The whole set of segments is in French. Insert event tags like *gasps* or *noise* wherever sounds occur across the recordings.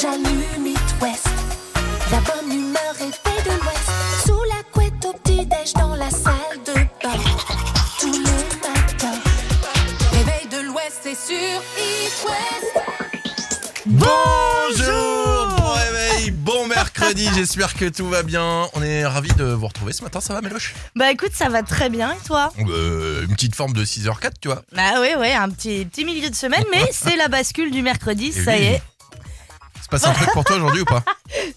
J'allume It West. La bonne humeur est faite de l'Ouest. Sous la couette au petit-déj dans la salle de bain. Tous les matins. Réveil de l'Ouest, c'est sur It West. Bonjour Bon réveil, bon *laughs* mercredi, j'espère que tout va bien. On est ravis de vous retrouver ce matin, ça va Méloche Bah écoute, ça va très bien et toi Euh, Une petite forme de 6h04, tu vois. Bah oui, oui, un petit, petit milieu de semaine, mais *laughs* c'est la bascule du mercredi, Et ça Eh oui. y est. C'est passé un truc pour toi aujourd'hui *laughs* ou pas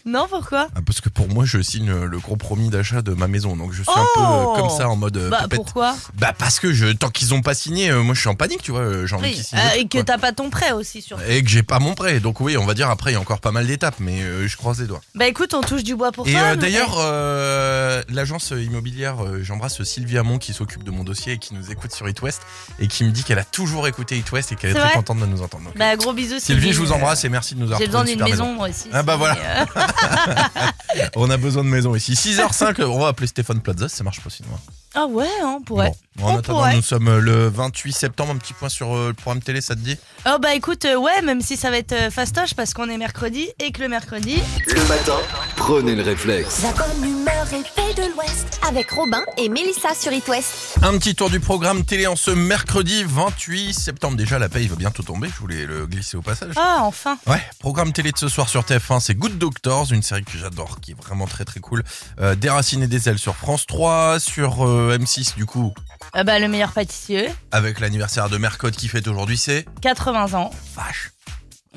Non, pourquoi Ah, Parce que pour moi, je signe le compromis d'achat de ma maison, donc je suis un peu Oh euh, comme ça en mode euh, Bah pépette. pourquoi Bah parce que je, tant qu'ils ont pas signé, euh, moi je suis en panique, tu vois, euh, j'ai envie Oui, qu'ils signent. euh, le truc, et que quoi. t'as pas ton prêt aussi sur. Et que j'ai pas mon prêt, donc oui, on va dire après, il y a encore pas mal d'étapes, mais euh, je croise les doigts. Bah écoute, on touche du bois pour Et toi. euh, nous- d'ailleurs, euh, l'agence immobilière, euh, j'embrasse Sylvie Hamon qui s'occupe de mon dossier et qui nous écoute sur It West et qui me dit qu'elle a toujours écouté It West et qu'elle est, C'est très vrai contente de nous entendre. Donc, Bah gros bisous Sylvie. Sylvie, je vous embrasse et merci de nous avoir J'ai besoin trouvé une d'une super maison moi aussi. Ah, bah c'est- voilà. mais, euh, *laughs* On a besoin de maison ici. 6h05, euh, on va appeler Stéphane Plaza, ça marche pas sinon. hein. Ah ouais, on pourrait. Bon, en On attendant, pourrait. nous sommes euh, le 28 septembre, un petit point sur euh, le programme télé, ça te dit Oh bah écoute, euh, ouais, même si ça va être euh, fastoche parce qu'on est mercredi et que le mercredi, Le matin, prenez le réflexe. La bonne humeur est faite de l'Ouest. avec Robin et Mélissa sur It West. Un petit tour du programme télé en ce mercredi 28 septembre. Déjà, la paye va bientôt tomber, je voulais le glisser au passage. ah enfin. Ouais, programme télé de ce soir sur TF1, c'est Good Doctors, une série que j'adore, qui est vraiment très très cool. Euh, Déraciner des ailes sur France 3, sur euh, M6 du coup, Ah bah le meilleur pâtissier, avec l'anniversaire de Mercotte qui fête aujourd'hui, c'est 80 ans. vache.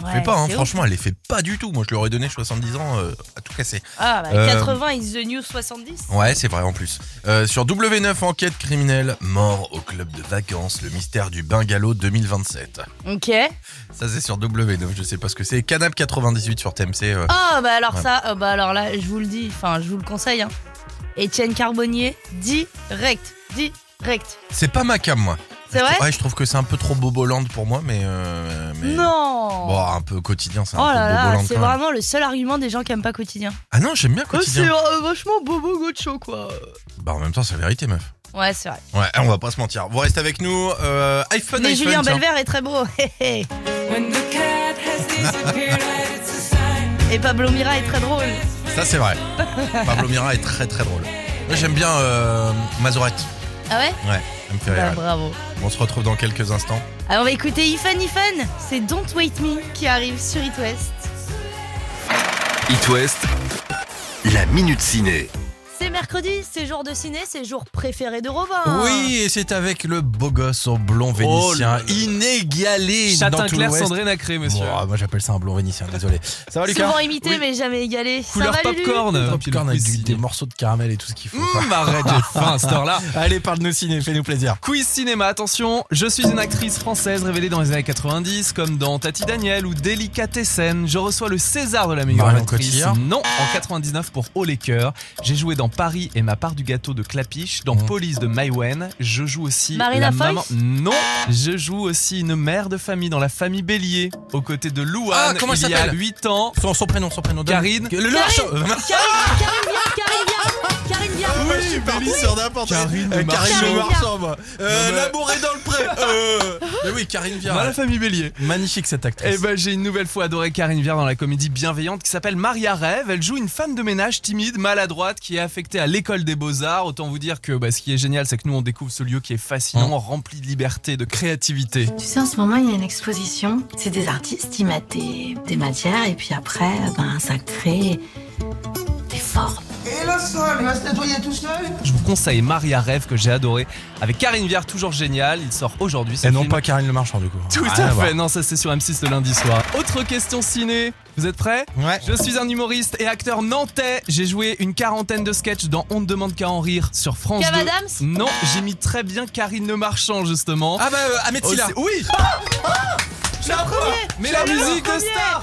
Ouais, je sais pas, hein, c'est ouf. franchement, elle les fait pas du tout. Moi, je lui aurais donné 70 ans euh, à tout casser. Ah bah Euh, 80 is the new 70. Ouais, c'est vrai en plus. Euh, sur W9, enquête criminelle, mort au club de vacances, le mystère du bungalow 2027. Ok. Ça, c'est sur W9, je sais pas ce que c'est. Canap 98 sur TMC. euh, Ah bah alors Ouais. ça, euh, bah alors là, je vous le dis, enfin je vous le conseille. Hein. Étienne Carbonnier, direct, direct. C'est pas ma cam, moi. C'est Je vrai trou- Ouais, je trouve que Ah, c'est un peu trop bobolande pour moi, mais. euh, mais- Non. Bon, un peu quotidien, c'est un oh peu là là, bobolande c'est quand même. vraiment le seul argument des gens qui aiment pas quotidien. Ah non, j'aime bien quotidien. Oh, euh, vachement bobo gocho quoi. bah, en même temps, c'est la vérité, meuf. Ouais c'est vrai. Ouais, on va pas se mentir. Vous restez avec nous. Euh, iPhone, Mais iPhone. Julien tiens. Belvert est très beau. *laughs* hé, hé. Et Pablo Mira est très drôle. Ça, c'est *laughs* vrai. Pablo Mira est très très drôle. Moi, j'aime bien euh, Mazorette. Ah ouais Ouais, elle me fait Bah, rire. bravo. On se retrouve dans quelques instants. Alors on va écouter Ifan Ifan, c'est Don't Wait Me qui arrive sur It West. It West, la minute ciné. C'est mercredi, c'est jour de ciné, c'est jour préféré de Robin. Oui, et c'est avec le beau gosse au blond Oh vénitien, là là. inégalé dans Châtain tout clair, l'Ouest. cendré nacré, monsieur. Bon, moi j'appelle ça un blond vénitien, *laughs* désolé. Ça va Ah, Lucas Souvent imité Oui. mais jamais égalé. Couleur Ça va, Lulu popcorn. Popcorn avec du- des morceaux de caramel et tout ce qu'il faut. quoi. Hum, arrête, j'ai faim à cette heure-là. Allez, parle-nous ciné, fais-nous plaisir. Quiz cinéma, attention, je suis une actrice française révélée dans les années 90, comme dans Tati Daniel ou Délicatessen. Je reçois le César de la meilleure Marion actrice. Cotillard. Non, en 99 pour Haut les cœurs. J'ai joué dans Paris et ma part du gâteau de Clapiche, dans Mhm. Police de Maïwen. Je joue aussi Marina la Foïs maman. Non, je joue aussi une mère de famille dans la famille Bélier, aux côtés de Louane. Ah, comment elle il y a s'appelle 8 ans. Son, son prénom, son prénom. donne- Karine. Le, le marchand. Karine, Karine, viens, Karine, viens. Karine, viens. *laughs* Oui, je suis parti sur n'importe Karine Euh, le Karine le Marchand. marchand, moi. Euh, Non, mais- L'amour est dans le *laughs* pré. Euh, Mais oui, Karine Dans Viard. la famille Bélier. Magnifique cette actrice. Eh ben, j'ai une nouvelle fois adoré Karine Viard dans la comédie bienveillante qui s'appelle Maria Rêve. Elle joue une femme de ménage timide, maladroite, qui est affectée à l'école des beaux-arts. Autant vous dire que bah, ce qui est génial, c'est que nous, on découvre ce lieu qui est Mm. fascinant, rempli de liberté, de créativité. Tu sais, en ce moment, il y a une exposition. C'est des artistes, ils mettent des, des matières et puis après, ben, ça crée des formes. Et le sol, il va se nettoyer tout seul Je vous conseille Maria Rêve que j'ai adoré avec Karine Viard, toujours génial. Il sort aujourd'hui. ce Et non film. pas Ah, Karine Le Marchand du coup. Tout Rien à voir. fait. Non, ça c'est sur M6 le lundi soir. Autre question ciné. Vous êtes prêts Ouais. Je suis un humoriste et acteur nantais. J'ai joué une quarantaine de sketchs dans On ne demande qu'à en rire sur France Kev 2. Adams Non, j'ai mis très bien Karine Le Marchand justement. Ah bah euh, Ahmed Oh, Silla. c'est- oui Mais la musique de Star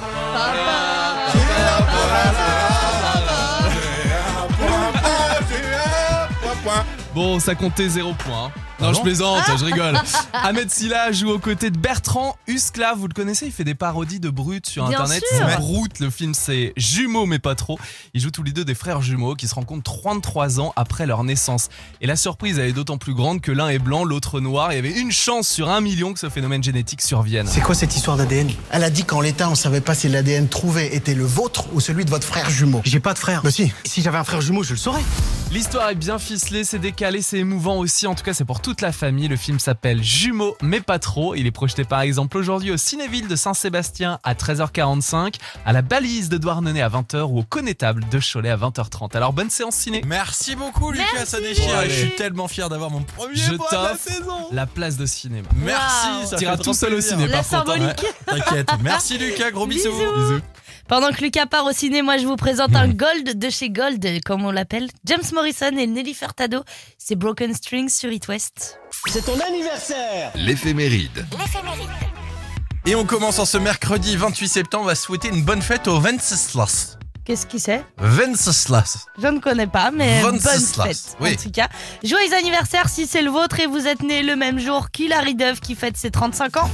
Bon, ça comptait 0 points. Non, Ah je bon plaisante, je *laughs* rigole. Ahmed Silla joue aux côtés de Bertrand Huskla. Vous le connaissez, il fait des parodies de Brut sur Bien Internet. sûr. Ouais. Brut, le film, c'est jumeaux, mais pas trop. Ils jouent tous les deux des frères jumeaux qui se rencontrent 33 ans après leur naissance. Et la surprise, elle est d'autant plus grande que l'un est blanc, l'autre noir. Il y avait une chance sur un million que ce phénomène génétique survienne. C'est quoi cette histoire d'ADN Elle a dit qu'en l'état, on savait pas si l'ADN trouvé était le vôtre ou celui de votre frère jumeau. J'ai pas de frère. Mais si. Si j'avais un frère jumeau, je le saurais. L'histoire est bien ficelée, c'est décalé, c'est émouvant aussi. En tout cas, c'est pour toute la famille. Le film s'appelle Jumeaux, mais pas trop. Il est projeté par exemple aujourd'hui au Cinéville de Saint-Sébastien à 13h45, à la Balise de Douarnenez à 20h ou au Connétable de Cholet à 20h30. Alors bonne séance ciné. Merci beaucoup, Lucas, ça déchire. Bon, allez. je suis tellement fier d'avoir mon premier Je point de la t'offre. saison. La place de cinéma. Merci, Waouh. ça T'iras fait tout trop seul au plaisir. ciné, La par contre, hein. symbolique. *laughs* T'inquiète. Merci, Lucas. Gros bisous. Bisous. Pendant que Lucas part au ciné, moi je vous présente un Gold de chez Gold, euh, comme on l'appelle. James Morrison et Nelly Furtado. C'est Broken Strings sur It West. C'est ton anniversaire L'éphéméride. Et on commence en ce mercredi 28 septembre à souhaiter une bonne fête au Venceslas. Qu'est-ce qui c'est Venceslas. Je ne connais pas, mais bonne Venceslas, fête. oui. En tout cas, joyeux anniversaire si c'est le vôtre et vous êtes né le même jour qu'Hilary Duff qui fête ses 35 ans.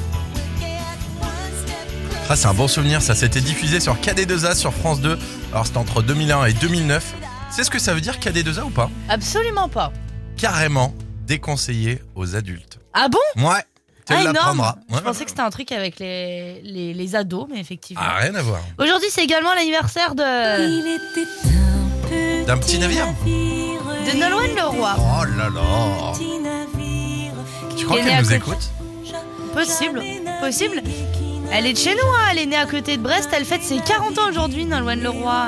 Ça, Ah, c'est un bon souvenir. Ça s'était diffusé sur KD2A sur France 2. Alors, c'était entre 2001 et 2009. C'est ce que ça veut dire KD2A ou pas Absolument pas. Carrément déconseillé aux adultes. Ah bon Ouais, tu ah, énorme l'apprendras. Je Ouais. pensais que c'était un truc avec les, les, les ados, mais effectivement. Ah, rien à voir. Aujourd'hui, c'est également l'anniversaire de, D'un petit navire de Nolwenn Leroy. Oh là là Tu crois Qui est né qu'elle à nous côté. écoute Possible, possible. Elle est de chez nous, hein, elle est née à côté de Brest, elle fête ses 40 ans aujourd'hui, Nolwenn Leroy.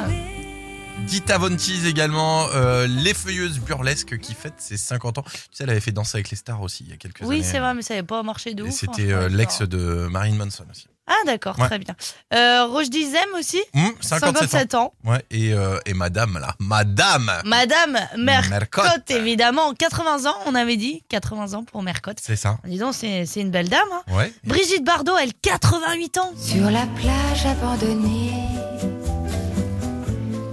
Dita Von Teese également, euh, les feuilleuses burlesques qui fête ses 50 ans. Tu sais, elle avait fait Danser avec les stars aussi il y a quelques années. Oui, c'est vrai, mais ça n'avait pas marché de Et ouf. hein, c'était je euh, crois, l'ex genre. de Marine Manson aussi. Ah, d'accord, Ouais. très bien. Euh, Roche Dizem aussi, Hum, 57, ans. ans. Ouais, et, euh, et madame là. Madame Madame Mercotte, Mercotte. évidemment, 80 ans, on avait dit 80 ans pour Mercotte. C'est ça. Dis donc, c'est c'est une belle dame. hein. Ouais. Brigitte Bardot, elle, 88 ans. Sur la plage abandonnée,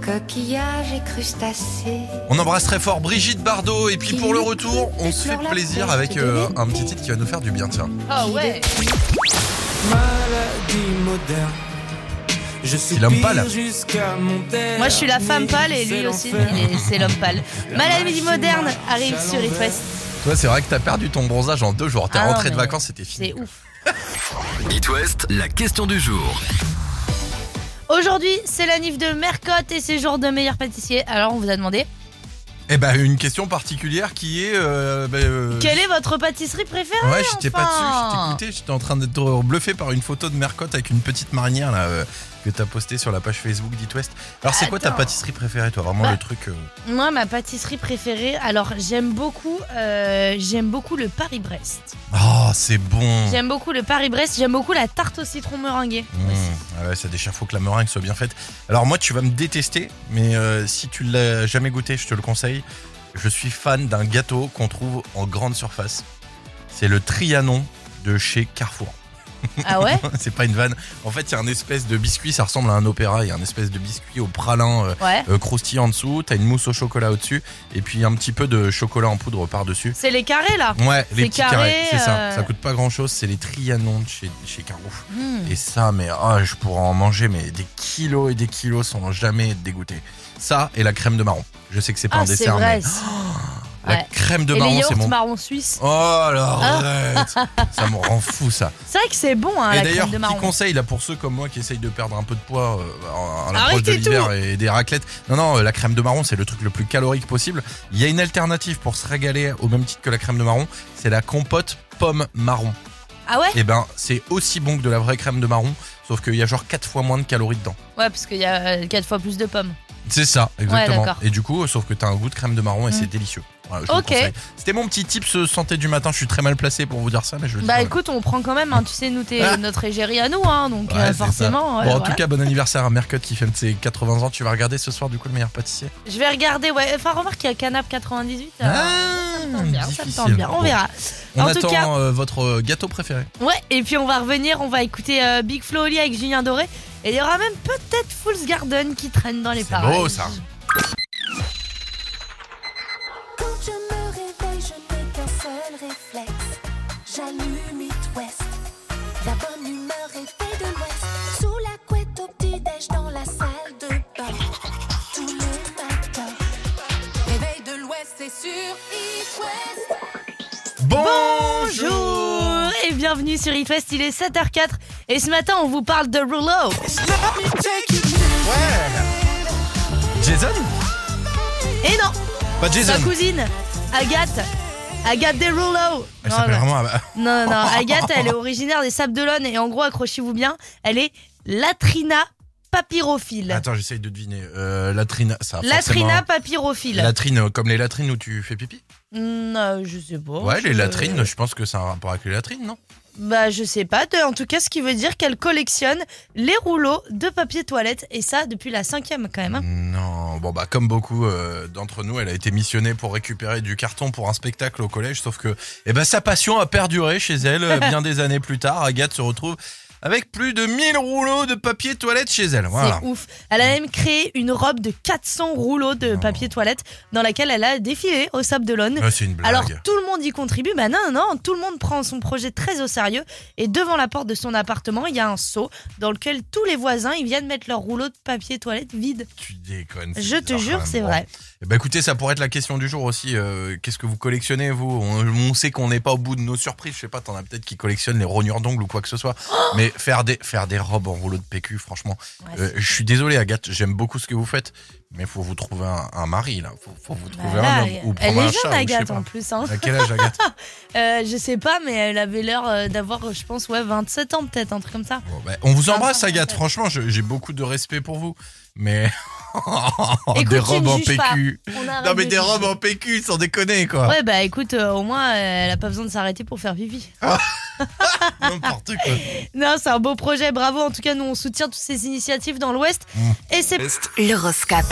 coquillages et crustacés. On embrasse très fort Brigitte Bardot. Et puis pour le retour, on se fait plaisir avec euh, un petit titre qui va nous faire du bien, tiens. Ah ouais. C'est l'homme pâle. Moi, je suis la femme pâle et lui aussi, il est- c'est l'homme pâle. Maladie moderne arrive sur It West. Toi, c'est vrai que t'as perdu ton bronzage en deux jours. T'es Ah non, rentré de mais- vacances, c'était fini. C'est ouf. It West, la question du jour. Aujourd'hui, c'est la nif de Mercotte et ses jours de meilleur pâtissier. Alors, on vous a demandé Eh ben, une question particulière qui est. euh, ben, euh, quelle est votre pâtisserie préférée Ouais, j'étais pas dessus, enfin j'étais j'étais en train d'être bluffé par une photo de Mercotte avec une petite marinière là euh, que t'as postée sur la page Facebook d'It West. Alors c'est quoi ta Attends. pâtisserie préférée toi Vraiment Bah. le truc euh, Moi, ma pâtisserie préférée, alors j'aime beaucoup, euh, j'aime beaucoup le Paris-Brest. Oh, c'est bon. J'aime beaucoup le Paris-Brest, j'aime beaucoup la tarte au citron meringuée. Mmh. Mm. Ah ouais, ça déchire, faut que la meringue soit bien faite. Alors moi, tu vas me détester, mais euh, si tu l'as jamais goûté, je te le conseille. Je suis fan d'un gâteau qu'on trouve en grande surface. C'est le Trianon de chez Carrefour. *laughs* Ah *laughs* ouais c'est pas une vanne. En fait, il y a un espèce de biscuit, ça ressemble à un opéra. Il y a un espèce de biscuit au pralin euh, Ouais. euh, croustillant en dessous. T'as une mousse au chocolat au-dessus, et puis un petit peu de chocolat en poudre par dessus. C'est les carrés là Ouais, les C'est petits carré, carrés, c'est ça. euh, Ça coûte pas grand-chose. C'est les Trianon de chez chez Carrefour. Hmm. Et ça, mais ah, je pourrais en manger, mais des kilos et des kilos sans jamais être dégoûté. Ça et la crème de marron. Je sais que c'est pas Ah, un c'est dessert, vrai. mais ça. *gasps* la Ouais. crème de et les marron, c'est yaourts mon. marron suisse. Oh là, arrête Ça me rend fou ça. C'est vrai que c'est bon, hein, et la d'ailleurs, crème de petit marron. conseil là pour ceux comme moi qui essayent de perdre un peu de poids euh, à l'approche de Arrêtez l'hiver et des raclettes. Non, non, euh, la crème de marron, c'est le truc le plus calorique possible. Il y a une alternative pour se régaler au même titre que la crème de marron, c'est la compote pomme marron. Ah ouais Et ben, c'est aussi bon que de la vraie crème de marron, sauf qu'il y a genre 4 fois moins de calories dedans. Ouais, parce qu'il y a 4 fois plus de pommes. C'est ça, exactement. d'accord. Mm. et du coup, euh, sauf que t'as un goût de crème de marron et c'est délicieux. Voilà, je vous le Ok. conseille. C'était mon petit tip ce santé du matin. Je suis très mal placé pour vous dire ça, mais je le dis Bah quand même. écoute, on prend quand même, hein, tu sais, nous, t'es Ah. notre égérie à nous, hein, donc Ouais, euh, c'est ça. forcément. Bon, ouais, en voilà. tout cas, bon anniversaire à Mercotte qui fête ses 80 ans. Tu vas regarder ce soir, du coup, le meilleur pâtissier. Je vais regarder, ouais. Enfin, remarque qu'il y a Canap 98. euh, Ah, ça me tente bien, ça me difficile. tente bien, on Bon. verra. On En tout attend cas- euh, votre euh, gâteau préféré. Ouais, et puis on va revenir, on va écouter euh, Big Flo Oli avec Julien Doré. Et il y aura même peut-être Fool's Garden qui Bah, traîne dans les C'est parages. beau, ça. Quand je me réveille j'allume It West. La bonne humeur est faite de l'Ouest. Sous la couette au petit-déj dans la salle de bain. Tous les matins. Réveil de l'Ouest, c'est sur It West. Bonjour et bienvenue sur eFest, il est 7h04 et ce matin on vous parle de Rulo. Jason Et non, Pas Jason. sa cousine, Agathe. Agathe des Rulo. Elle Non, s'appelle non. vraiment. euh, Non, non, *laughs* non, Agathe, elle est originaire des Sables d'Olonne et en gros, accrochez-vous bien, elle est latrina papyrophile. *laughs* Attends, j'essaye de deviner. Euh, latrina, ça. a latrina forcément- papyrophile. Latrine, euh, comme les latrines où tu fais pipi Hmm, euh, je sais pas. Ouais, les je- latrines, je pense que c'est un rapport avec les latrines, non Bah, je sais pas. De- En tout cas, ce qui veut dire qu'elle collectionne les rouleaux de papier toilette et ça depuis la cinquième quand même. hein. Non, bon bah comme beaucoup euh, d'entre nous, elle a été missionnée pour récupérer du carton pour un spectacle au collège, sauf que eh ben, sa passion a perduré chez elle euh, bien des années plus tard. Agathe se retrouve avec plus de 1000 rouleaux de papier toilette chez elle. Hmm, Voilà. C'est ouf. Elle a même créé une robe de 400 rouleaux de papier toilette dans laquelle elle a défilé au Sable d'Olonne. Ah, c'est une blague. Alors tout le monde y contribue, bah non, non, non, tout le monde prend son projet très au sérieux et devant la porte de son appartement, il y a un seau dans lequel tous les voisins, ils viennent mettre leurs rouleaux de papier toilette vide. Tu déconnes. c'est Je te bizarre, quand jure, même. c'est Bon. vrai. Eh ben, écoutez, ça pourrait être la question du jour aussi. euh, Qu'est-ce que vous collectionnez vous on, on sait qu'on n'est pas au bout de nos surprises. Je sais pas, t'en as peut-être qui collectionnent les rognures d'ongles ou quoi que ce soit. Oh Mais faire des faire des robes en rouleau de PQ, franchement, Ouais, Euh, je suis désolé, Agathe, j'aime beaucoup ce que vous faites, mais faut vous trouver un, un mari, là. Faut, faut vous trouver Voilà, un homme. Bah elle- Ou elle prendre est un jeune, chat, ou je sais Agathe, pas. en plus. Hein. À quel âge, Agathe Euh, je sais pas, mais elle avait l'air euh, d'avoir, je pense, ouais, 27 ans peut-être, un truc comme ça. Bon, bah, On vous embrasse, Vincent, Agathe. en fait. Franchement, je- j'ai beaucoup de respect pour vous. Mais. *laughs* Écoute, Oh, des tu robes ne en juges pas. PQ. On arrête Non, mais de des juger. robes en PQ, sans déconner, quoi. Ouais, bah écoute, euh, au moins, euh, elle a pas besoin de s'arrêter pour faire pipi. N'importe quoi. Non, c'est un beau projet, bravo. En tout cas, nous, on soutient toutes ces initiatives dans l'Ouest. Mmh. Et c'est L'horoscope.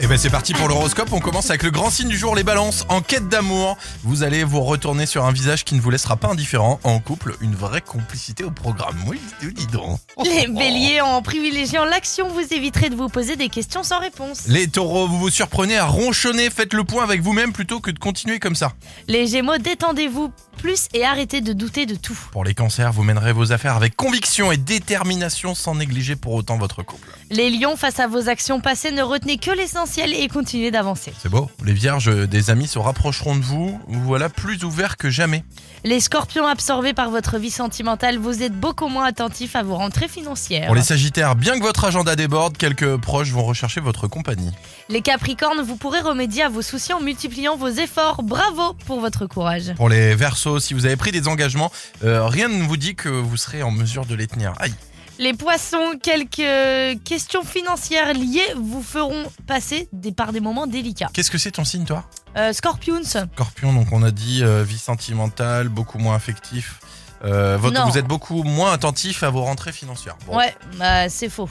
Et ben c'est parti pour l'horoscope. On commence avec le grand signe du jour, les balances. En quête d'amour, vous allez vous retourner sur un visage qui ne vous laissera pas indifférent. En couple, une vraie complicité au programme. Oui, dis donc. les béliers, en privilégiant l'action, vous éviterez de vous poser des questions sans réponse. Les taureaux, vous vous surprenez à ronchonner, faites le point avec vous-même plutôt que de continuer comme ça. Les gémeaux, détendez-vous plus et arrêtez de douter de tout. Pour les cancers, vous mènerez vos affaires avec conviction et détermination sans négliger pour autant votre couple. Les lions, face à vos actions passées, ne retenez que l'essentiel et continuez d'avancer. C'est beau. Les vierges, des amis se rapprocheront de vous, vous voilà plus ouverts que jamais. Les scorpions, absorbés par votre vie sentimentale, vous êtes beaucoup moins attentifs à vos rentrées financières. Pour les sagittaires, bien que votre agenda déborde, quelques proches vont rechercher votre compagnie. Les Capricornes, vous pourrez remédier à vos soucis en multipliant vos efforts. Bravo pour votre courage. Pour les versos, si vous avez pris des engagements, euh, rien ne vous dit que vous serez en mesure de les tenir. Aïe. Les Poissons, quelques questions financières liées vous feront passer des, par des moments délicats. Qu'est-ce que c'est ton signe, toi Euh, Scorpions, Scorpion, donc on a dit euh, vie sentimentale, beaucoup moins affectif. Euh, votre- Non. vous êtes beaucoup moins attentif à vos rentrées financières. Bon. ouais, bah, c'est *laughs* faux.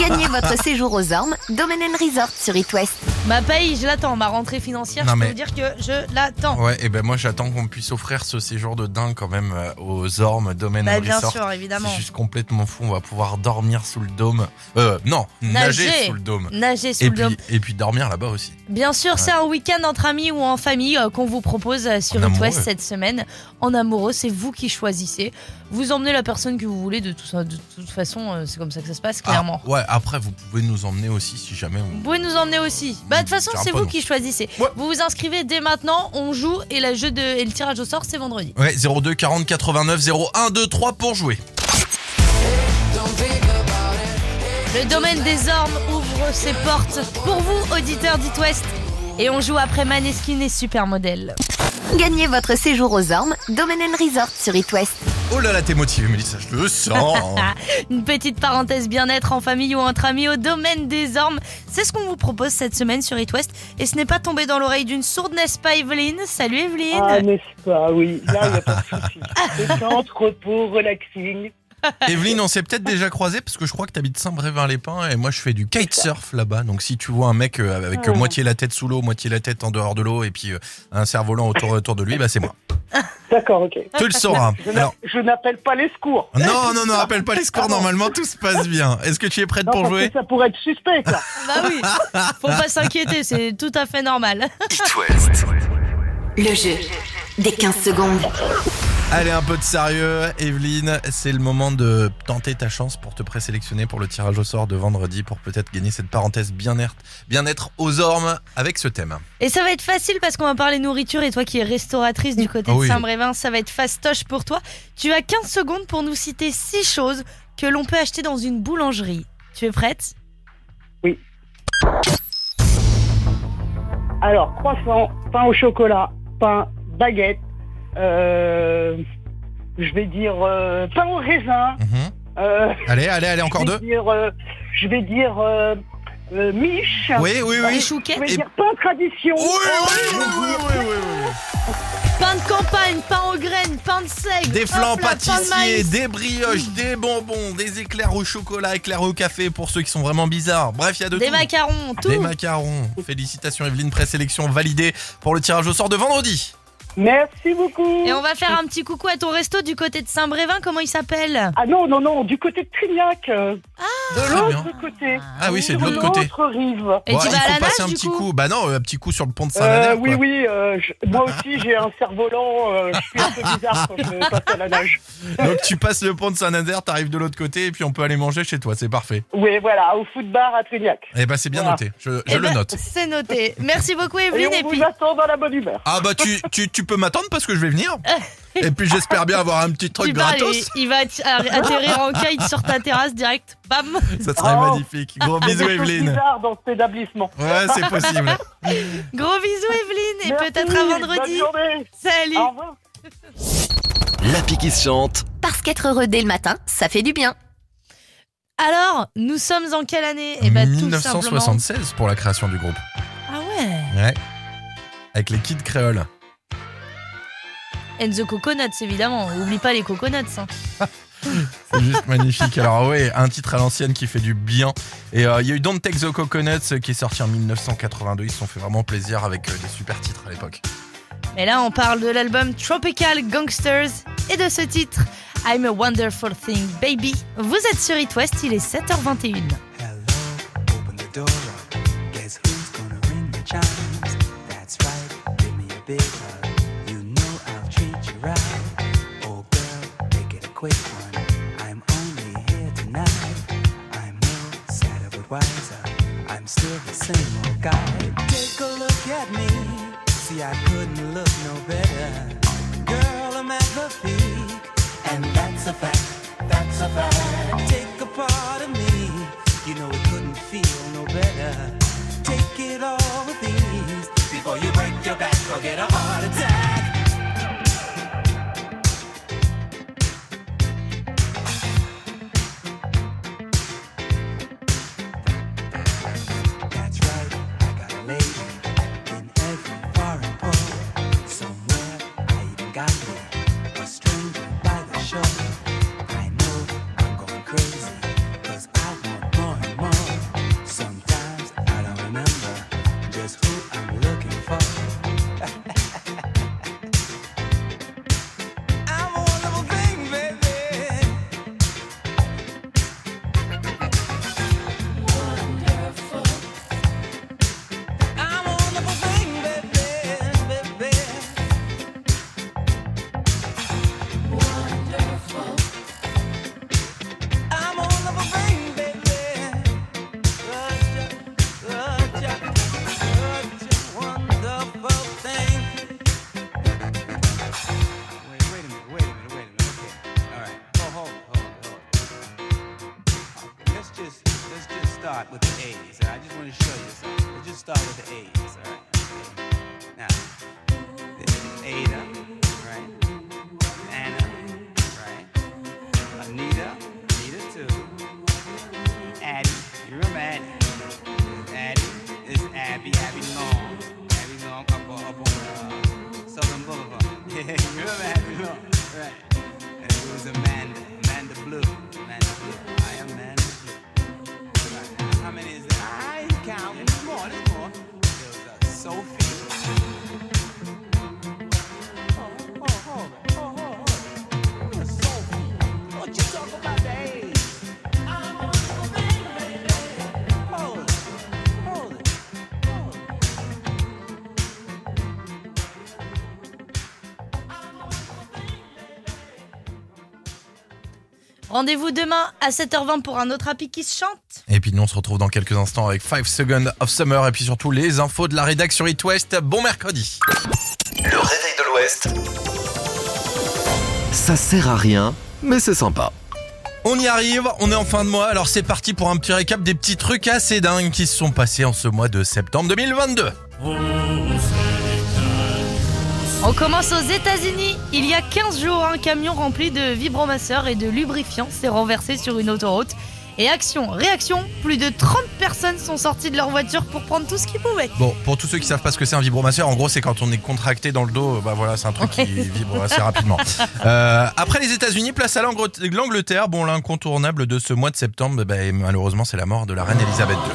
Gagnez *laughs* votre séjour aux ormes, Domaine and Resort sur It West. ma paye, Bah, je l'attends. Ma rentrée financière, Non, je peux mais- vous dire que je l'attends. Ouais, et ben moi j'attends qu'on puisse offrir ce séjour de dingue quand même euh, aux Ormes, Domaine Bah, and bien Resort. sûr, C'est évidemment. juste complètement fou, on va pouvoir dormir sous le dôme. Euh, non, nager, Nager. sous le dôme. Nager sous et, le dôme. puis, et puis dormir là-bas aussi. Bien sûr, c'est un week-end entre amis ou en famille euh, qu'on vous propose euh, sur En It West amoureux. cette semaine. En amoureux, c'est vous qui choisissez. Vous emmenez la personne que vous voulez. De, tout ça. de toute façon, euh, c'est comme ça que ça se passe, clairement. Ah, ouais, après vous pouvez nous emmener aussi si jamais Vous on... pouvez nous emmener aussi. Bah, de toute façon, C'est un c'est peu vous non. qui choisissez. Ouais. Vous vous inscrivez dès maintenant, on joue et, la jeu de... et le tirage au sort, c'est vendredi. Ouais, 02 40 89 01 2 3 pour jouer. Le domaine des ormes ouvre ses portes pour vous, auditeurs d'It West. Et on joue après Maneskin et Supermodel. Gagnez votre séjour aux ormes, Domaine and Resort sur It West. Oh là là, t'es motivé Mélissa, je *laughs* le sens. Une petite parenthèse bien-être en famille ou entre amis au domaine des ormes. C'est ce qu'on vous propose cette semaine sur It West. Et ce n'est pas tombé dans l'oreille d'une sourde, n'est-ce pas, Evelyne Salut, Evelyne. Ah, n'est-ce pas, oui. Là, il n'y a pas de *laughs* souci. Ah. Détente, repos, relaxing. Evelyne, on s'est peut-être déjà croisé parce que je crois que t'habites Saint-Brévin-les-Pins et moi je fais du kitesurf là-bas. Donc si tu vois un mec euh, avec euh, Ah. moitié la tête sous l'eau, moitié la tête en dehors de l'eau et puis euh, un cerf-volant autour, autour de lui, bah c'est moi. D'accord, ok. Tu *laughs* le sauras. Je n'a- Alors, je n'appelle pas les secours. non, non, non, appelle pas les scores, normalement tout se passe bien. Est-ce que tu es prête Non, pour parce jouer que ça pourrait être suspect, quoi. Bah oui, faut pas s'inquiéter, c'est tout à fait normal. It West. Le jeu. Dès 15 secondes. Allez, un peu de sérieux, Evelyne. C'est le moment de tenter ta chance pour te présélectionner pour le tirage au sort de vendredi pour peut-être gagner cette parenthèse bien-être bien être aux ormes avec ce thème. Et ça va être facile parce qu'on va parler nourriture et toi qui es restauratrice du côté Ah de oui. Saint-Brévin, ça va être fastoche pour toi. Tu as 15 secondes pour nous citer 6 choses que l'on peut acheter dans une boulangerie. Tu es prête Alors, croissant, pain au chocolat, pain, baguette, euh, je vais dire euh, pain au raisin. Mhm. euh, Allez, allez, allez, je encore vais deux. dire, euh, je vais dire euh, euh, miche. Oui, oui, oui. Les Je chouquettes. vais Et- dire pain tradition. Oui, oui, oui, oui, oui, oui, Pain de campagne, pain aux graines, pain de seigle, Des hop flans là, pain de pâtissiers, maïs. des brioches, des bonbons, des éclairs au chocolat, éclairs au café pour ceux qui sont vraiment bizarres. Bref, il y a de des tout. Ah, macarons, tout. Des macarons. Félicitations Evelyne, présélection validée pour le tirage au sort de vendredi. Merci beaucoup. Et on va faire un petit coucou à ton resto du côté de Saint-Brévin, comment il s'appelle Ah non, non, non, du côté de Trignac. euh, de Très bien. l'autre côté. Ah oui, c'est de Sur l'autre côté. l'autre rive. Et Bon, tu il vas faut à la passer nage un du petit coup coup. Bah non, un petit coup sur le pont de Euh, Saint-Nazaire. oui, quoi. oui, euh, je- *laughs* moi aussi j'ai un cerf-volant, euh, je suis un peu bizarre quand je *laughs* passe à la nage. Donc tu passes le pont de Saint-Nazaire, t'arrives de l'autre côté et puis on peut aller manger chez toi, c'est parfait. Oui, voilà, au foot bar à Trignac. Eh ben c'est bien Voilà. noté, je, je Eh le ben, note. C'est noté. Merci beaucoup Et Evelyne et, on puis vous attend dans la bonne humeur. Ah bah tu, tu, tu peux m'attendre parce que je *laughs* vais venir. Et puis j'espère bien avoir un petit truc tu parles, gratos. il, il va att- atterrir en caille sur ta terrasse direct. Bam Ça serait Oh. magnifique. *laughs* Gros Il y a bisous des choses Evelyne. bizarres dans cet établissement. Ouais, c'est possible. Gros bisous Evelyne et Merci, peut-être à vendredi. Bonne journée. Salut Au revoir. L'appli qui se chante. Parce qu'être heureux dès le matin, ça fait du bien. Alors, nous sommes en quelle année *laughs* Eh ben, tout simplement. 1976 pour la création du groupe. Ah ouais Ouais. Avec les kids créoles. And the coconuts, évidemment. Oublie pas les coconuts. hein. C'est juste magnifique. Alors oui, un titre à l'ancienne qui fait du bien. Et euh, il y a eu Don't Take the Coconuts euh, qui est sorti en 1982. Ils se sont fait vraiment plaisir avec euh, des super titres à l'époque. Mais là, on parle de l'album Tropical Gangsters et de ce titre, I'm a Wonderful Thing Baby. Vous êtes sur It West, il est 7h21. Hello, open the door up. Guess who's gonna ring the chimes? That's right, give me a big hug. You know I'll treat you right. Oh girl, make it a quick one. I'm only here tonight. I'm no sadder but wiser. I'm still the same old guy. Take a look at me. See, I couldn't look no better. Girl, I'm at the peak, and that's a fact. That's a fact. Take a part of me. You know it couldn't feel no better. Take it all with ease before you break your back or get a heart attack. That's right, I got a lady in every bar and pub. Somewhere I even got me a stranger by the shore. I know I'm going crazy, 'cause I want more and more. Sometimes I don't remember just who I'm looking for. *laughs* I'm a wonderful thing, baby. I'm a wonderful thing, baby, baby. Wonderful. I'm a wonderful thing, baby. Such a, such a, such a wonderful thing. Wait, wait a minute, wait a minute, wait a minute. Okay, all right. Hold, hold, hold, hold. Let's just let's just start with the A's. all right? I just want to show you something. Let's just start with the A's. All right. Now, there's Ada, right? Anna, right? Anita, Anita too. Addie, you remember Addie? Addie is Abby, Abby Long, Abby Long up on up on uh, Southern Boulevard. *laughs* Yeah, you remember Abby Long, right? And it was Amanda, Amanda Blue, Amanda Blue. I am Amanda Blue. How many is there? I ain't counting. There's more, there's more. There was a Sophie. Oh, oh, hold it. Oh, hold it. hold it. Who's a Sophie? What you talking about, babe? I'm a wonderful thing, baby. Hold it. Hold it. Hold it. Rendez-vous demain à 7h20 pour un autre Happy qui se chante. Et puis nous, on se retrouve dans quelques instants avec 5 Seconds of Summer et puis surtout les infos de la rédac sur It West. Bon mercredi. Le réveil de l'Ouest. Ça sert à rien, mais c'est sympa. On y arrive, on est en fin de mois, alors c'est parti pour un petit récap des petits trucs assez dingues qui se sont passés en ce mois de septembre 2022. On commence aux États-Unis. Il y a 15 jours, un camion rempli de vibromasseurs et de lubrifiants s'est renversé sur une autoroute. Et action, réaction, plus de 30 personnes sont sorties de leur voiture pour prendre tout ce qu'ils pouvaient. Bon, pour tous ceux qui savent pas ce que c'est un vibromasseur, en gros, c'est quand on est contracté dans le dos, bah voilà, c'est un truc qui vibre assez rapidement. Euh, après les États-Unis, place à l'Angre- l'Angleterre. Bon, l'incontournable de ce mois de septembre, bah, et malheureusement, c'est la mort de la reine Elisabeth II.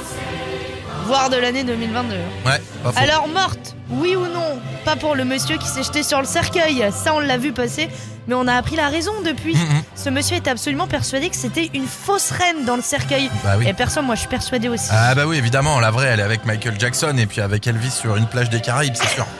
Voire de l'année 2022. Ouais, pas faux. Alors morte, oui ou non Pas pour le monsieur qui s'est jeté sur le cercueil, ça on l'a vu passer, mais on a appris la raison depuis. Hmm. Hum, Ce monsieur était absolument persuadé que c'était une fausse reine dans le cercueil. Bah oui. Et personne, moi je suis persuadée aussi. Ah bah oui, évidemment, la vraie, elle est avec Michael Jackson et puis avec Elvis sur une plage des Caraïbes, c'est sûr. Ah.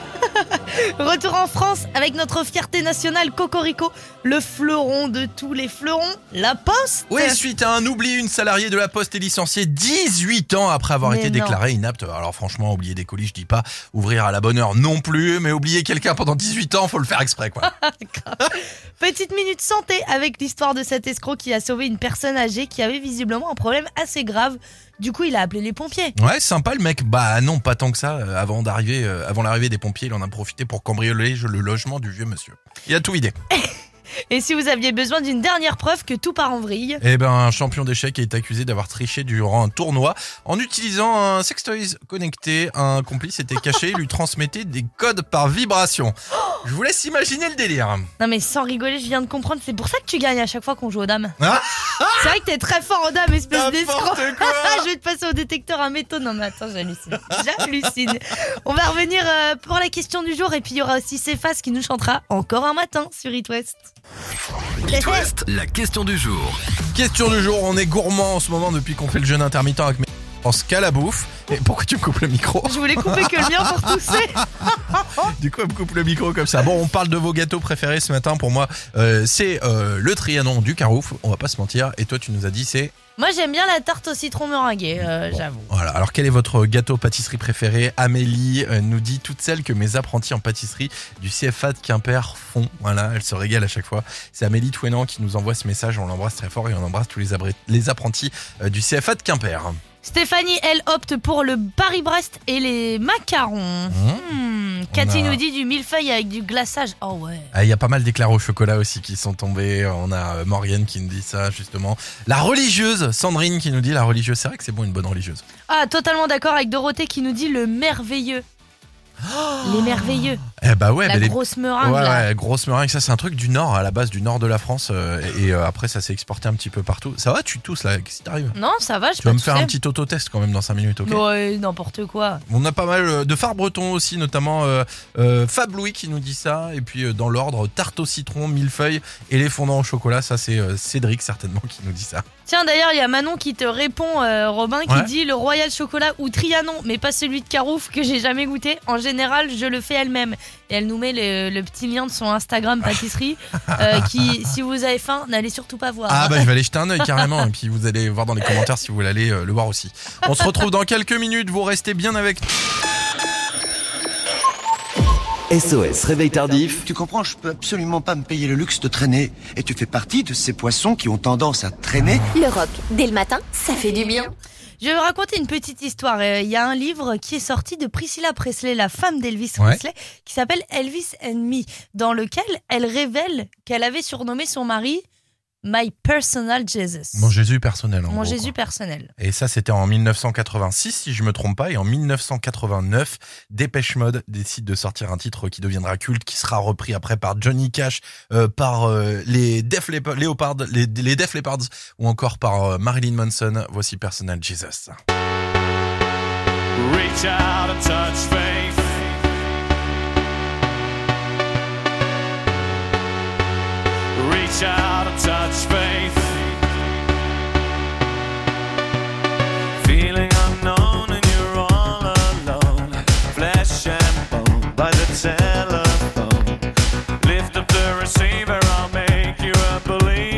Retour en France avec notre fierté nationale Cocorico, le fleuron de tous les fleurons, la poste. *laughs* Oui, suite à un oubli, une salariée de la Poste est licenciée 18 ans après avoir Mais été non. déclarée inapte. Alors franchement, oublier des colis, je dis pas ouvrir à la bonne heure non plus, mais oublier quelqu'un pendant 18 ans, faut le faire exprès quoi. Petite minute santé avec l'histoire de cet escroc qui a sauvé une personne âgée qui avait visiblement un problème assez grave. Du coup, il a appelé les pompiers. Ouais, sympa le mec. Bah non, pas tant que ça. Euh, Avant d'arriver, euh, avant l'arrivée des pompiers, il en a profité pour cambrioler le logement du vieux monsieur. Il a tout vidé. Et si vous aviez besoin d'une dernière preuve que tout part en vrille, Eh ben, un champion d'échecs est accusé d'avoir triché durant un tournoi en utilisant un sextoys connecté. Un complice était caché et lui transmettait des codes par vibration. Je vous laisse imaginer le délire. Non mais sans rigoler, je viens de comprendre, c'est pour ça que tu gagnes à chaque fois qu'on joue aux dames. Ah c'est vrai que t'es très fort aux dames, espèce d'escroc. N'importe quoi *laughs* je vais te passer au détecteur à métaux. Non mais attends, j'hallucine. J'hallucine. On va revenir euh, pour la question du jour et puis il y aura aussi Céphas qui nous chantera encore un matin sur It West. It West, la question du jour. Question du jour, on est gourmand en ce moment depuis qu'on fait le jeûne intermittent avec mes... On se cale à bouffe. Et pourquoi tu me coupes le micro Je voulais couper que le mien pour tousser. Du coup, elle me coupe le micro comme ça. Bon, on parle de vos gâteaux préférés ce matin. Pour moi, euh, c'est euh, le Trianon du Carouf. On va pas se mentir. Et toi, tu nous as dit c'est. Moi j'aime bien la tarte au citron meringuée, euh, j'avoue. Voilà. Alors, quel est votre gâteau pâtisserie préféré Amélie euh, nous dit toutes celles que mes apprentis en pâtisserie du CFA de Quimper font. Voilà, elle se régale à chaque fois. C'est Amélie Touénan qui nous envoie ce message. On l'embrasse très fort et on embrasse tous les, abré- les apprentis euh, du CFA de Quimper. Stéphanie, elle opte pour le Paris-Brest et les macarons. Hmm. Mmh. On Cathy a- nous dit du millefeuille avec du glaçage. Oh ouais. Ah, Il y a pas mal d'éclairs au chocolat aussi qui sont tombés. On a euh, Morgane qui nous dit ça, justement. La religieuse, Sandrine qui nous dit la religieuse. C'est vrai que c'est bon, une bonne religieuse. Ah, totalement d'accord avec Dorothée qui nous dit le merveilleux. les merveilleux. Ah. Eh bah ouais, la mais les- grosse meringue. Ouais, là. ouais, grosse meringue, ça c'est un truc du nord, à la base du nord de la France, euh, et, et, euh, après ça s'est exporté un petit peu partout. Ça va, tu tousses là, qu'est-ce qui t'arrive Non, ça va, je Tu peux vas me faire un petit autotest quand même dans 5 minutes, ok Ouais, n'importe quoi. On a pas mal euh, de phares bretons aussi, notamment euh, euh, Fab Louis qui nous dit ça, et puis euh, dans l'ordre, tarte au citron, millefeuille et les fondants au chocolat, ça c'est euh, Cédric certainement qui nous dit ça. Tiens, d'ailleurs, il y a Manon qui te répond, euh, Robin, qui Ouais. dit le Royal Chocolat ou Trianon, mais pas celui de Carouf que j'ai jamais goûté. En général, je le fais elle-même. Et elle nous met le, le petit lien de son *laughs* Instagram pâtisserie, euh, qui, si vous avez faim, n'allez surtout pas voir. Ah bah je vais aller jeter un œil carrément et puis vous allez voir dans les commentaires si vous voulez aller euh, le voir aussi. On se retrouve dans quelques minutes, vous restez bien avec SOS, réveil tardif. Tu comprends, je peux absolument pas me payer le luxe de traîner. Et tu fais partie de ces poissons qui ont tendance à traîner. Le rock, dès le matin, ça fait du bien. Je vais vous raconter une petite histoire. Euh, Il y a un livre qui est sorti de Priscilla Presley, la femme d'Elvis Ouais. Presley, qui s'appelle Elvis and Me, dans lequel elle révèle qu'elle avait surnommé son mari My Personal Jesus. mon Jésus personnel. en Mon gros, Jésus quoi. personnel. Et ça, c'était en 1986, si je me trompe pas. Et en 1989, Dépêche Mode décide de sortir un titre qui deviendra culte, qui sera repris après par Johnny Cash, euh, par euh, les Def Lepp- Leopard, les, les Def Leopards, ou encore par euh, Marilyn Manson. Voici Personal Jesus. Reach out and touch faith. Reach out and touch faith. Feeling unknown and you're all alone. Flesh and bone by the telephone. Lift up the receiver, I'll make you a believer.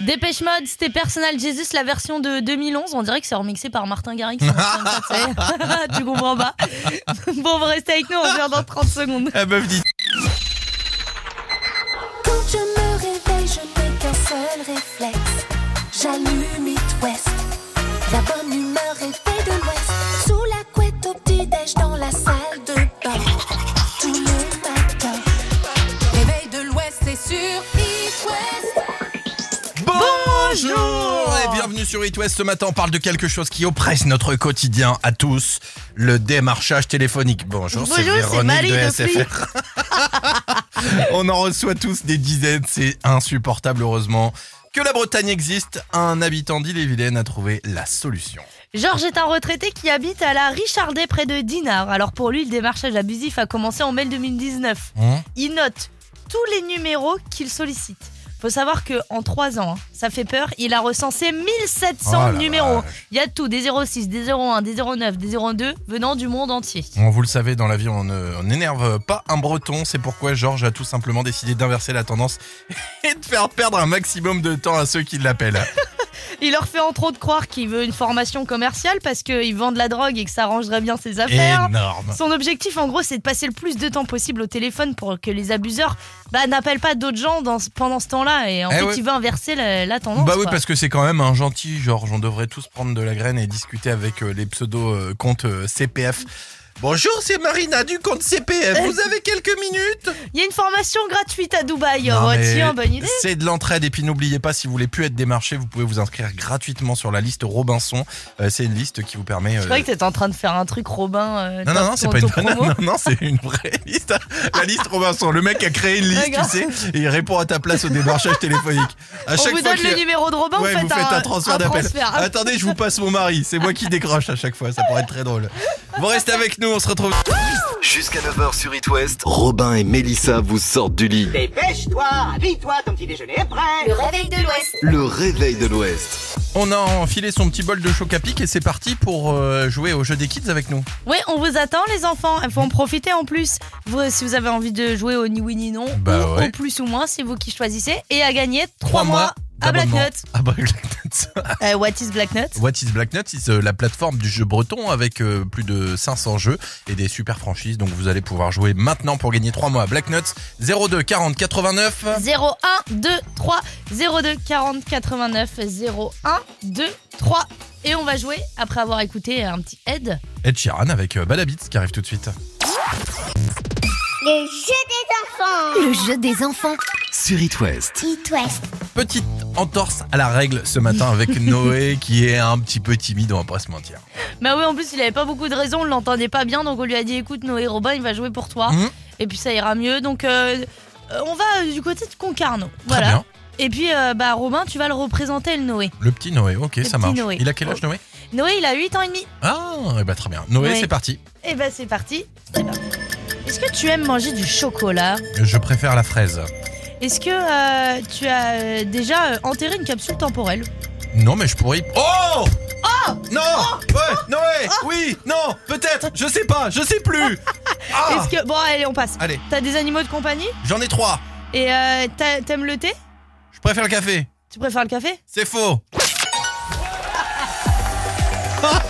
Dépêche Mode, c'était Personal Jesus, la version de 2011. On dirait que c'est remixé par Martin *laughs* Garrix. *laughs* tu comprends pas. bon, vous restez avec nous, on revient dans 30 secondes. La meuf dit. Quand je me réveille, je n'ai qu'un seul réflexe. J'allume It West. La bonne humeur est faite de l'Ouest. Sous la couette au petit-déj dans la salle de bain. Tout le matin. Réveil de l'Ouest, c'est sur It West. Bonjour et bienvenue sur It West. Ce matin, on parle de quelque chose qui oppresse notre quotidien à tous, le démarchage téléphonique. Bonjour, c'est Bonjour, c'est Marie Véronique de de SFR. on en reçoit tous des dizaines, c'est insupportable heureusement. Que la Bretagne existe, un habitant d'Ille-et-Vilaine a trouvé la solution. Georges est un retraité qui habite à la Richardet près de Dinard. Alors pour lui, le démarchage abusif a commencé en mai 2019. Hein Il note tous les numéros qu'il sollicite. Faut savoir que en 3 ans, hein, ça fait peur, il a recensé 1700 Oh la numéros. Il y a de tout, des 06, des 01, des 09, des 02 venant du monde entier. Bon, vous le savez, dans la vie, on ne- on n'énerve pas un breton. C'est pourquoi Georges a tout simplement décidé d'inverser la tendance *laughs* et de faire perdre un maximum de temps à ceux qui l'appellent. Il leur fait entre autres croire qu'il veut une formation commerciale parce qu'ils vendent la drogue et que ça arrangerait bien Eh ses affaires. Énorme. Son objectif, en gros, c'est de passer le plus de temps possible au téléphone pour que les abuseurs bah, n'appellent pas d'autres gens dans ce- pendant ce temps-là. Et en Eh fait, ouais. il veut inverser la, la tendance. Bah oui, quoi. parce que c'est quand même un gentil Georges. On devrait tous prendre de la graine et discuter avec euh, les pseudo euh, comptes euh, CPF. Bonjour, c'est Marina du compte CPF. Vous avez quelques minutes Il y a une formation gratuite à Dubaï. Non, Oh, mais tiens, bonne idée. C'est de l'entraide. Et puis n'oubliez pas, si vous voulez plus être démarché, vous pouvez vous inscrire gratuitement sur la liste Robinson. Euh, c'est une liste qui vous permet. Je euh, croyais que t'étais en train de faire un truc, Robin. euh, Non, non, ton- non, c'est ton- pas une ton *laughs* non, promo. non, non, c'est une vraie *laughs* liste. La liste Robinson. Le mec a créé une liste, tu D'accord. sais, et il répond à ta place au démarchage téléphonique. À On vous donne qu'il y a- le numéro de Robin, Ouais, vous faites, vous faites un, transfert d'appel. transfert. *laughs* Attendez, je vous passe mon mari. C'est moi qui décroche à chaque fois. Ça pourrait être très drôle. Vous restez avec nous. On se retrouve. Jusqu'à 9h sur It West, Robin et Mélissa vous sortent du lit. Dépêche-toi, habille-toi, ton petit déjeuner est prêt. Le réveil de l'Ouest. Le réveil de l'Ouest. On a enfilé son petit bol de choc à pic et c'est parti pour euh, jouer au jeu des kids avec nous. Oui, on vous attend les enfants, il faut en profiter en plus. Vous, si vous avez envie de jouer au ni oui ni non, Bah ou ouais. au plus ou moins, c'est vous qui choisissez. Et à gagner 3 mois, à Black d'abonnement. Nut. Ah, bah, Black Nut. Euh, what is Black Nut What is Black Nut C'est euh, la plateforme du jeu breton avec euh, plus de 500 jeux et des super franchises. Donc vous allez pouvoir jouer maintenant pour gagner 3 mois à Black Nuts. 02 40 89. 01 2 3 02 40 89 01 2 3 et on va jouer après avoir écouté un petit aide. Ed Sheeran avec euh, Bad Habits qui arrive tout de suite. Le jeu des enfants. Le jeu des enfants. Sur It West. It West. Petite entorse à la règle ce matin *laughs* avec Noé qui est un petit peu timide, on va pas se mentir. Bah oui, en plus il avait pas beaucoup de raisons, on l'entendait pas bien, donc on lui a dit écoute Noé Robin il va jouer pour toi Mhm. et puis ça ira mieux. Donc euh, euh, on va euh, du côté de Concarneau, voilà. bien. Et puis euh, bah Robin tu vas le représenter le Noé. Le petit Noé, ok, Le ça petit marche. Noé. Il a quel âge Noé Noé il a 8 ans et demi. Ah, eh ben, très bien. Noé, Ouais. c'est parti. Et bah c'est parti. C'est parti. Est-ce que tu aimes manger du chocolat Je préfère la fraise. Est-ce que euh, tu as euh, déjà euh, enterré une capsule temporelle Non, mais je pourrais. y- Oh Oh Non Ouais, Oh Noé Oui Non Peut-être Je sais pas, je sais *laughs* plus Ah Est-ce que bon allez on passe. Allez. T'as des animaux de compagnie J'en ai trois. et euh, t'a- t'aimes le thé Je préfère le café. Tu préfères le café C'est *laughs* faux. Ah,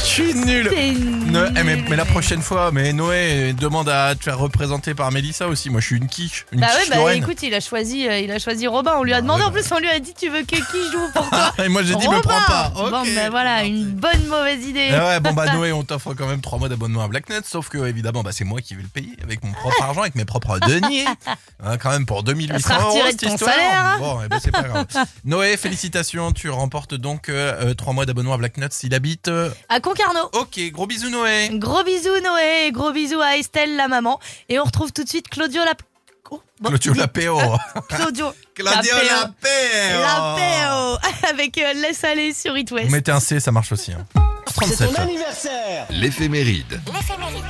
Je suis nul. T'es nul. Euh, Ne- eh, mais, mais la prochaine fois, mais Noé demande à te faire représenter par Mélissa aussi. Moi, je suis une quiche. Une Bah quiche ouais bah Lorraine. Ah écoute il a choisi euh, il a choisi Robin. On lui a demandé en plus on lui a dit tu veux que qui joue *laughs* pour toi *laughs* Et moi, j'ai dit, me Robin prends pas. Bon bah voilà une bonne mauvaise idée. Ah ouais, bon bah Noé, on t'offre quand même 3 mois d'abonnement à Blacknet, sauf que évidemment, bah, c'est moi qui vais le payer avec mon propre argent, avec mes propres deniers. Hein, quand même pour 2800 Ça sera euros retiré cette de ton histoire. salaire. hein. Bon, eh ben, c'est pas grave. Noé, félicitations, tu remportes donc 3 mois d'abonnement à Blacknet s'il habite. euh, À Concarneau. Ok, gros bisous Noé. Gros bisous Noé et gros bisous à Estelle la maman et on retrouve tout de suite Claudio la Oh, bon. Claudio Oh. Lapéo. Claudio Claudio oh. Lapéo. Lapéo *laughs* avec euh, Laisse aller sur It Vous West. mettez un C, ça marche aussi. hein. 37. anniversaire L'éphéméride. L'éphéméride.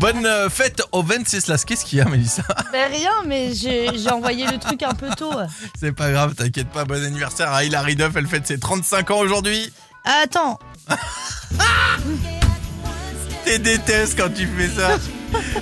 Bonne euh, fête au 26 là. Qu'est-ce qu'il y a, Mélissa Ben, rien mais j'ai j'ai envoyé le truc un peu tôt. C'est pas grave, t'inquiète pas. Bon anniversaire à Hilary Duff, elle fête ses 35 ans aujourd'hui. Attends, T'es déteste quand tu fais ça.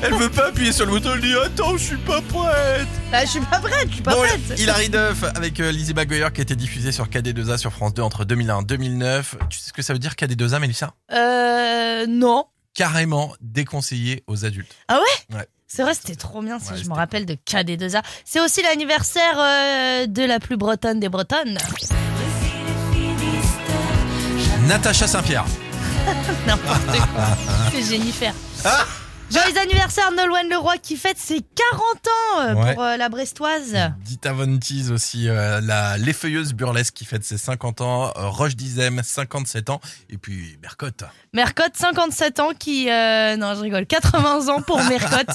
Elle veut pas appuyer sur le bouton, elle dit Attends, je suis pas prête Bah, je suis pas prête, je suis pas Bon, prête. Hilary Duff avec euh, Lizzie Bagoyer qui a été diffusée sur KD2A sur France 2 entre 2001 et 2009. Tu sais ce que ça veut dire KD2A, Mélissa Euh. Non. Carrément déconseillé aux adultes. Ah ouais Ouais. C'est vrai, c'était trop bien si Ouais, je c'était me rappelle de KD2A. C'est aussi l'anniversaire euh, de la plus bretonne des bretonnes. Natacha Saint-Pierre. N'importe quoi. C'est Jennifer. Ah Joyeux anniversaire Nolwenn Leroy qui fête ses 40 ans euh, Ouais. pour euh, la Brestoise. Dita Von Teese aussi, euh, la l'effeuilleuse burlesque qui fête ses 50 ans. euh, Roche Dizem, 57 ans. Et puis Bercotte. Mercotte, 57 ans, qui... euh, non, je rigole, 80 ans pour *laughs* Mercotte.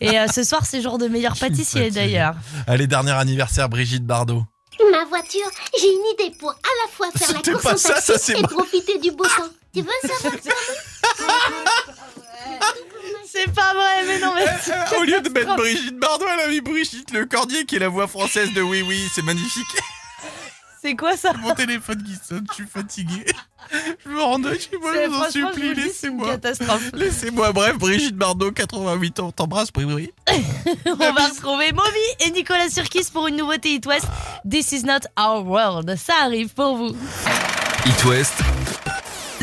Et euh, ce soir, c'est jour de meilleur pâtissier fatigué. d'ailleurs. Allez, dernier anniversaire, Brigitte Bardot. Ma voiture, j'ai une idée pour à la fois faire la C'était course pas en ça, taxi ça, c'est et moi. profiter du beau temps. Tu veux savoir C'est pas vrai, mais non, mais... Euh, euh, Au lieu de mettre Brigitte Bardot, elle a mis Brigitte Le Cordier qui est la voix française de Oui Oui, c'est magnifique. C'est quoi ça *laughs* Mon téléphone qui sonne, je suis fatigué. Je me rends deuil chez moi, C'est- je vous en franchement, je vous supplie, le dis, c'est une laissez-moi. catastrophe. Laissez-moi, bref, Brigitte Bardot, 88 ans, t'embrasse, Brigitte. *laughs* On va retrouver Moby et Nicolas Surkis pour une nouveauté It West. This is not our world. Ça arrive pour vous. It West,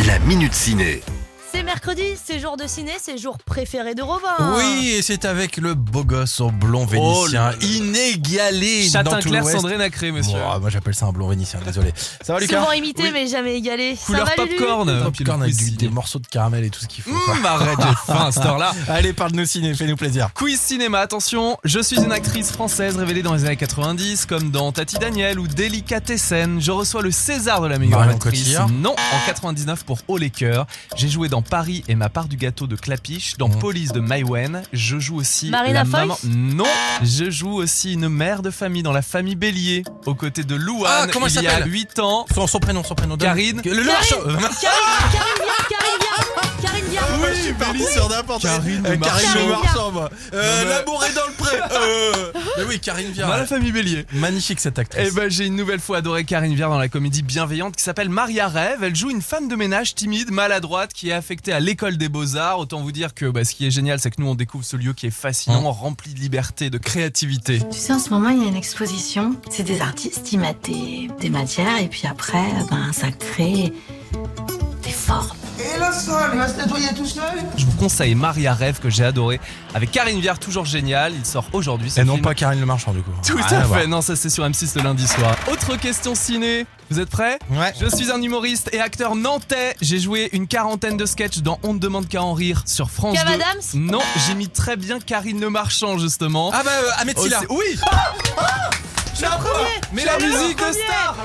la minute ciné. C'est mercredi, c'est jour de ciné, c'est jour préféré de Robin. Oui, et c'est avec le beau gosse au blond Oh là vénitien, là. inégalé dans Châtain tout clair, l'Ouest. Sandrine Acré, monsieur. Oh, moi j'appelle ça un blond vénitien, *laughs* désolé. Ça va Lucas Souvent imité, mais jamais égalé. Couleur ça va, Lulu popcorn, Lulu popcorn avec du- des morceaux de caramel et tout ce qu'il faut. quoi. Hum, arrête, j'ai faim à cette heure-là. Allez, parle-nous ciné, fais-nous plaisir. Quiz cinéma, attention, je suis une actrice française révélée dans les années 90, comme dans Tati Daniel ou Délicatessen. Je reçois le César de la meilleure Marion actrice. Cotillard. Non, en 99 pour Oh les cœurs. J'ai joué dans Paris et ma part du gâteau de Clapiche, Mhm. dans Police de Maïwen. Je joue aussi Marina la Foïs maman. Non, je joue aussi une mère de famille dans la famille Bélier, aux côtés de Louane. Ah, comment il elle y a s'appelle 8 ans. Son, son prénom, son prénom. donne. Karine. Le Loire Show. Karine, Karine, viens, Karine, viens. Karine, viens. Moi, je suis Bélis sur n'importe quoi. Karine Euh, de Karine Marceau. de Marceau, moi. Euh, Non, mais- L'amour est dans le *laughs* pré. Euh, Mais oui, Karine Dans la Viard. famille Bélier. Magnifique cette Eh actrice. ben, j'ai une nouvelle fois adoré Karine Viard dans la comédie bienveillante qui s'appelle Maria Rêve. Elle joue une femme de ménage timide, maladroite, qui est affectée à l'école des beaux-arts. Autant vous dire que bah, ce qui est génial, c'est que nous, on découvre ce lieu qui est fascinant, Mmh. rempli de liberté, de créativité. Tu sais, en ce moment, il y a une exposition. C'est des artistes, ils mettent des, des matières et puis après, ben, ça crée des formes. Et le sol, il va se nettoyer tout seul Je vous conseille Maria Rêve que j'ai adoré avec Karine Viard, toujours génial. Il sort aujourd'hui. ce Et non film. pas Karine Le Marchand, du coup. Ah, Tout Rien à voir. fait, non, ça c'est sur M6 le lundi soir. Autre question ciné, vous êtes prêts Ouais. Je suis un humoriste et acteur nantais. J'ai joué une quarantaine de sketchs dans On ne demande qu'à en rire sur France Kev 2. Adams Non, j'imite très bien Karine Le Marchand justement. Ah bah, euh, Ahmed Oh, Silla. c'est- Oui La première. Mais la musique de star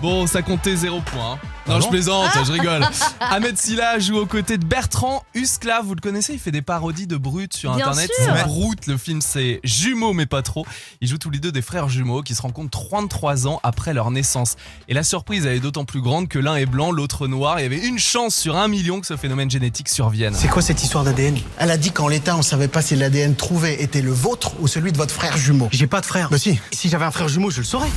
Bon, ça comptait 0 point. hein. Non, Ah je bon plaisante, je *laughs* rigole. Ahmed Silla joue aux côtés de Bertrand Huskla. Vous le connaissez, il fait des parodies de Brut sur Bien Internet. sûr. C'est Brut, le film, c'est jumeaux, mais pas trop. Ils jouent tous les deux des frères jumeaux qui se rencontrent 33 ans après leur naissance. Et la surprise, elle est d'autant plus grande que l'un est blanc, l'autre noir. Il y avait une chance sur un million que ce phénomène génétique survienne. C'est quoi cette histoire d'ADN Elle a dit qu'en l'état, on savait pas si l'ADN trouvé était le vôtre ou celui de votre frère jumeau. J'ai pas de frère. Bah si, si j'avais un frère jumeau, je le saurais.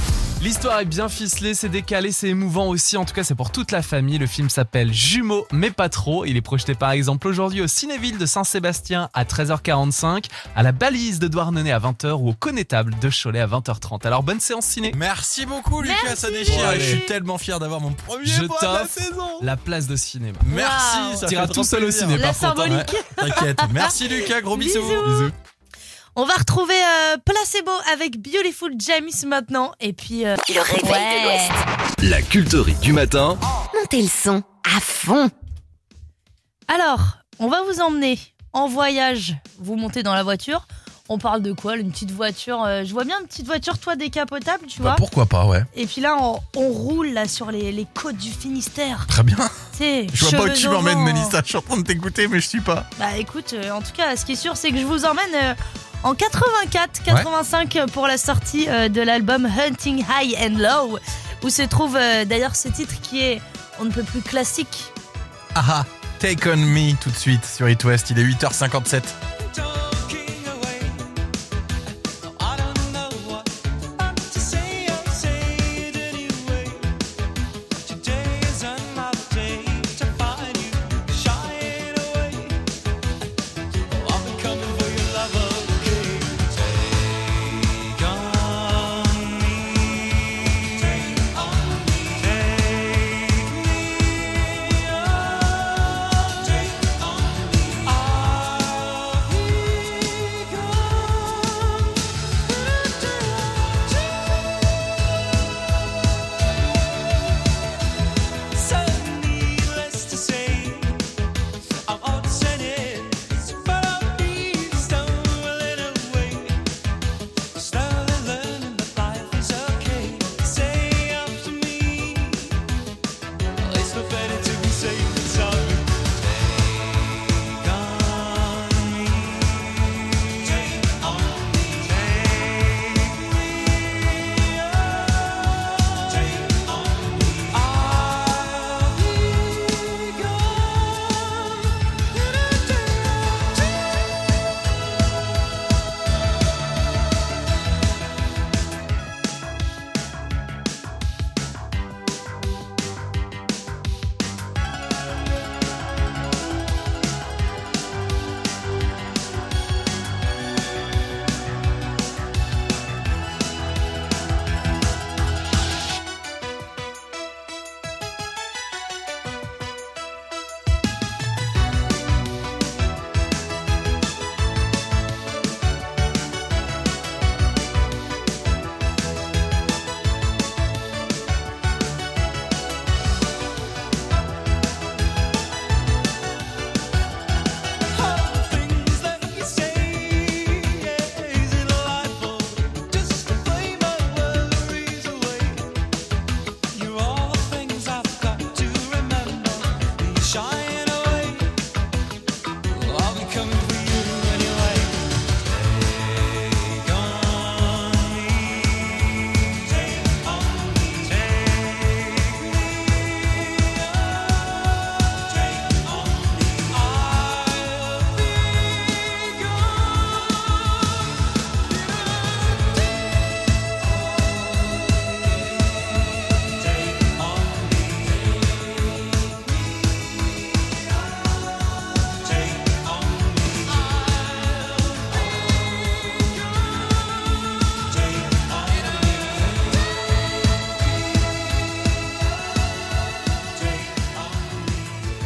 L'histoire est bien ficelée, c'est décalé, c'est émouvant aussi. En tout cas, c'est pour toute la famille. Le film s'appelle Jumeaux, mais pas trop. Il est projeté par exemple aujourd'hui au Cinéville de Saint-Sébastien à 13h45, à la Balise de Douarnenez à 20h ou au Connétable de Cholet à 20h30. Alors bonne séance ciné. Merci beaucoup, Lucas, Merci. ça déchire. Allez. Je suis tellement fier d'avoir mon premier Je point de la t'offre. Oh. saison. La place de cinéma. Merci, Wow. ça T'iras fait trop tout seul au plaisir. ciné, La par contre. hein. symbolique. *laughs* T'inquiète. Merci, Lucas. Gros bisous. Bisous. On va retrouver euh, Placebo avec Beautiful James maintenant. Et puis. euh, Le réveil de ouais. l'Ouest. La culterie du matin. Montez le son à fond. Alors, on va vous emmener en voyage. Vous montez dans la voiture. On parle de quoi Une petite voiture. euh, je vois bien une petite voiture, toi, décapotable, tu vois. Bah, pourquoi pas, ouais. Et puis là, on, on roule là sur les, les côtes du Finistère. Très bien. Tu sais, Je vois pas où cheveux tu au m'emmènes, vent. Mélissa. Je suis en train de t'écouter, mais je suis pas. Bah écoute, euh, en tout cas, ce qui est sûr, c'est que je vous emmène euh, en 84-85 euh, pour la sortie euh, de l'album Hunting High and Low, où se trouve euh, d'ailleurs ce titre qui est, on ne peut plus classique. Ah ah, Take On Me tout de suite sur It West, il est 8h57. Today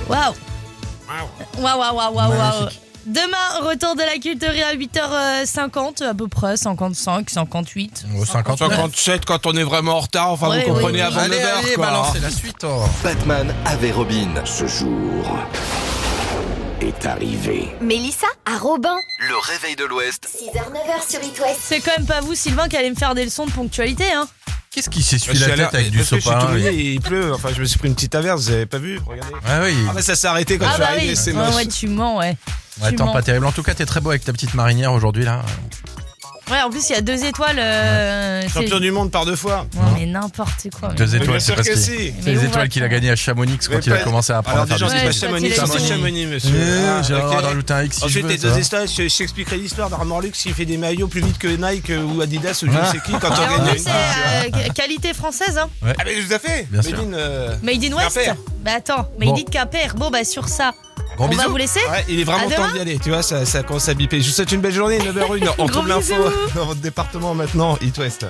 Waouh Waouh, waouh, waouh, waouh, waouh. Magnifique. Demain, retour de la culterie à 8h50, à peu près, 55, 58. 57 quand on est vraiment en retard, enfin Ouais, vous comprenez ouais, avant ouais. 9h. Allez, allez, hein. balancez la suite. oh. Batman avec Robin. Ce jour est arrivé. Mélissa à Robin. Le réveil de l'Ouest. 6h, 9h sur It West. C'est quand même pas vous, Sylvain, qui allez me faire des leçons de ponctualité, hein Qu'est-ce qui s'essuie Je suis la allé- tête avec du parce que je suis sopalin tout oui. mouillé et il pleut. Enfin, je me suis pris une petite averse, vous avez pas vu Regardez. Ah oui. Ah, mais ça s'est arrêté quand je Ah suis bah arrivé, oui, c'est ouais, moche. ouais, tu mens, ouais. Ouais, Tu attends, mens. pas terrible. En tout cas, t'es très beau avec ta petite marinière aujourd'hui là. Ouais, en plus, il y a deux étoiles. euh, c'est- Champion du monde par deux fois. Non, mais n'importe quoi. mais- Deux étoiles, bien c'est sûr parce que que si. c'est Mais les où étoiles va- qu'il a gagnées à Chamonix Mais quand il a pas- commencé à apprendre Alors à déjà, faire on du dit bah, pas ski. Chamonix, on dit Chamonix, monsieur. Ah, Eh, J'ai le droit Ok. de rajouter un X. si je Ensuite, veux, les ça deux va. étoiles, je je t'expliquerai l'histoire d'Armor Lux qui fait des maillots plus vite que Nike euh, ou Adidas ou je ne sais qui quand on Et en gagne plus, une. c'est euh, qualité française, hein. Ah, mais tout à fait Bien sûr. Made in, euh, Made in West Quimper. Bah attends, Made Bon. in Quimper. Bon, bah sur ça, Gros on va bisous. vous laisser. Ouais, il est vraiment À demain. temps d'y aller, tu vois, *laughs* ça, ça commence à biper. Je vous souhaite une belle journée, 9h01. On Gros *laughs* trouve l'info bisous. dans votre département maintenant, It West.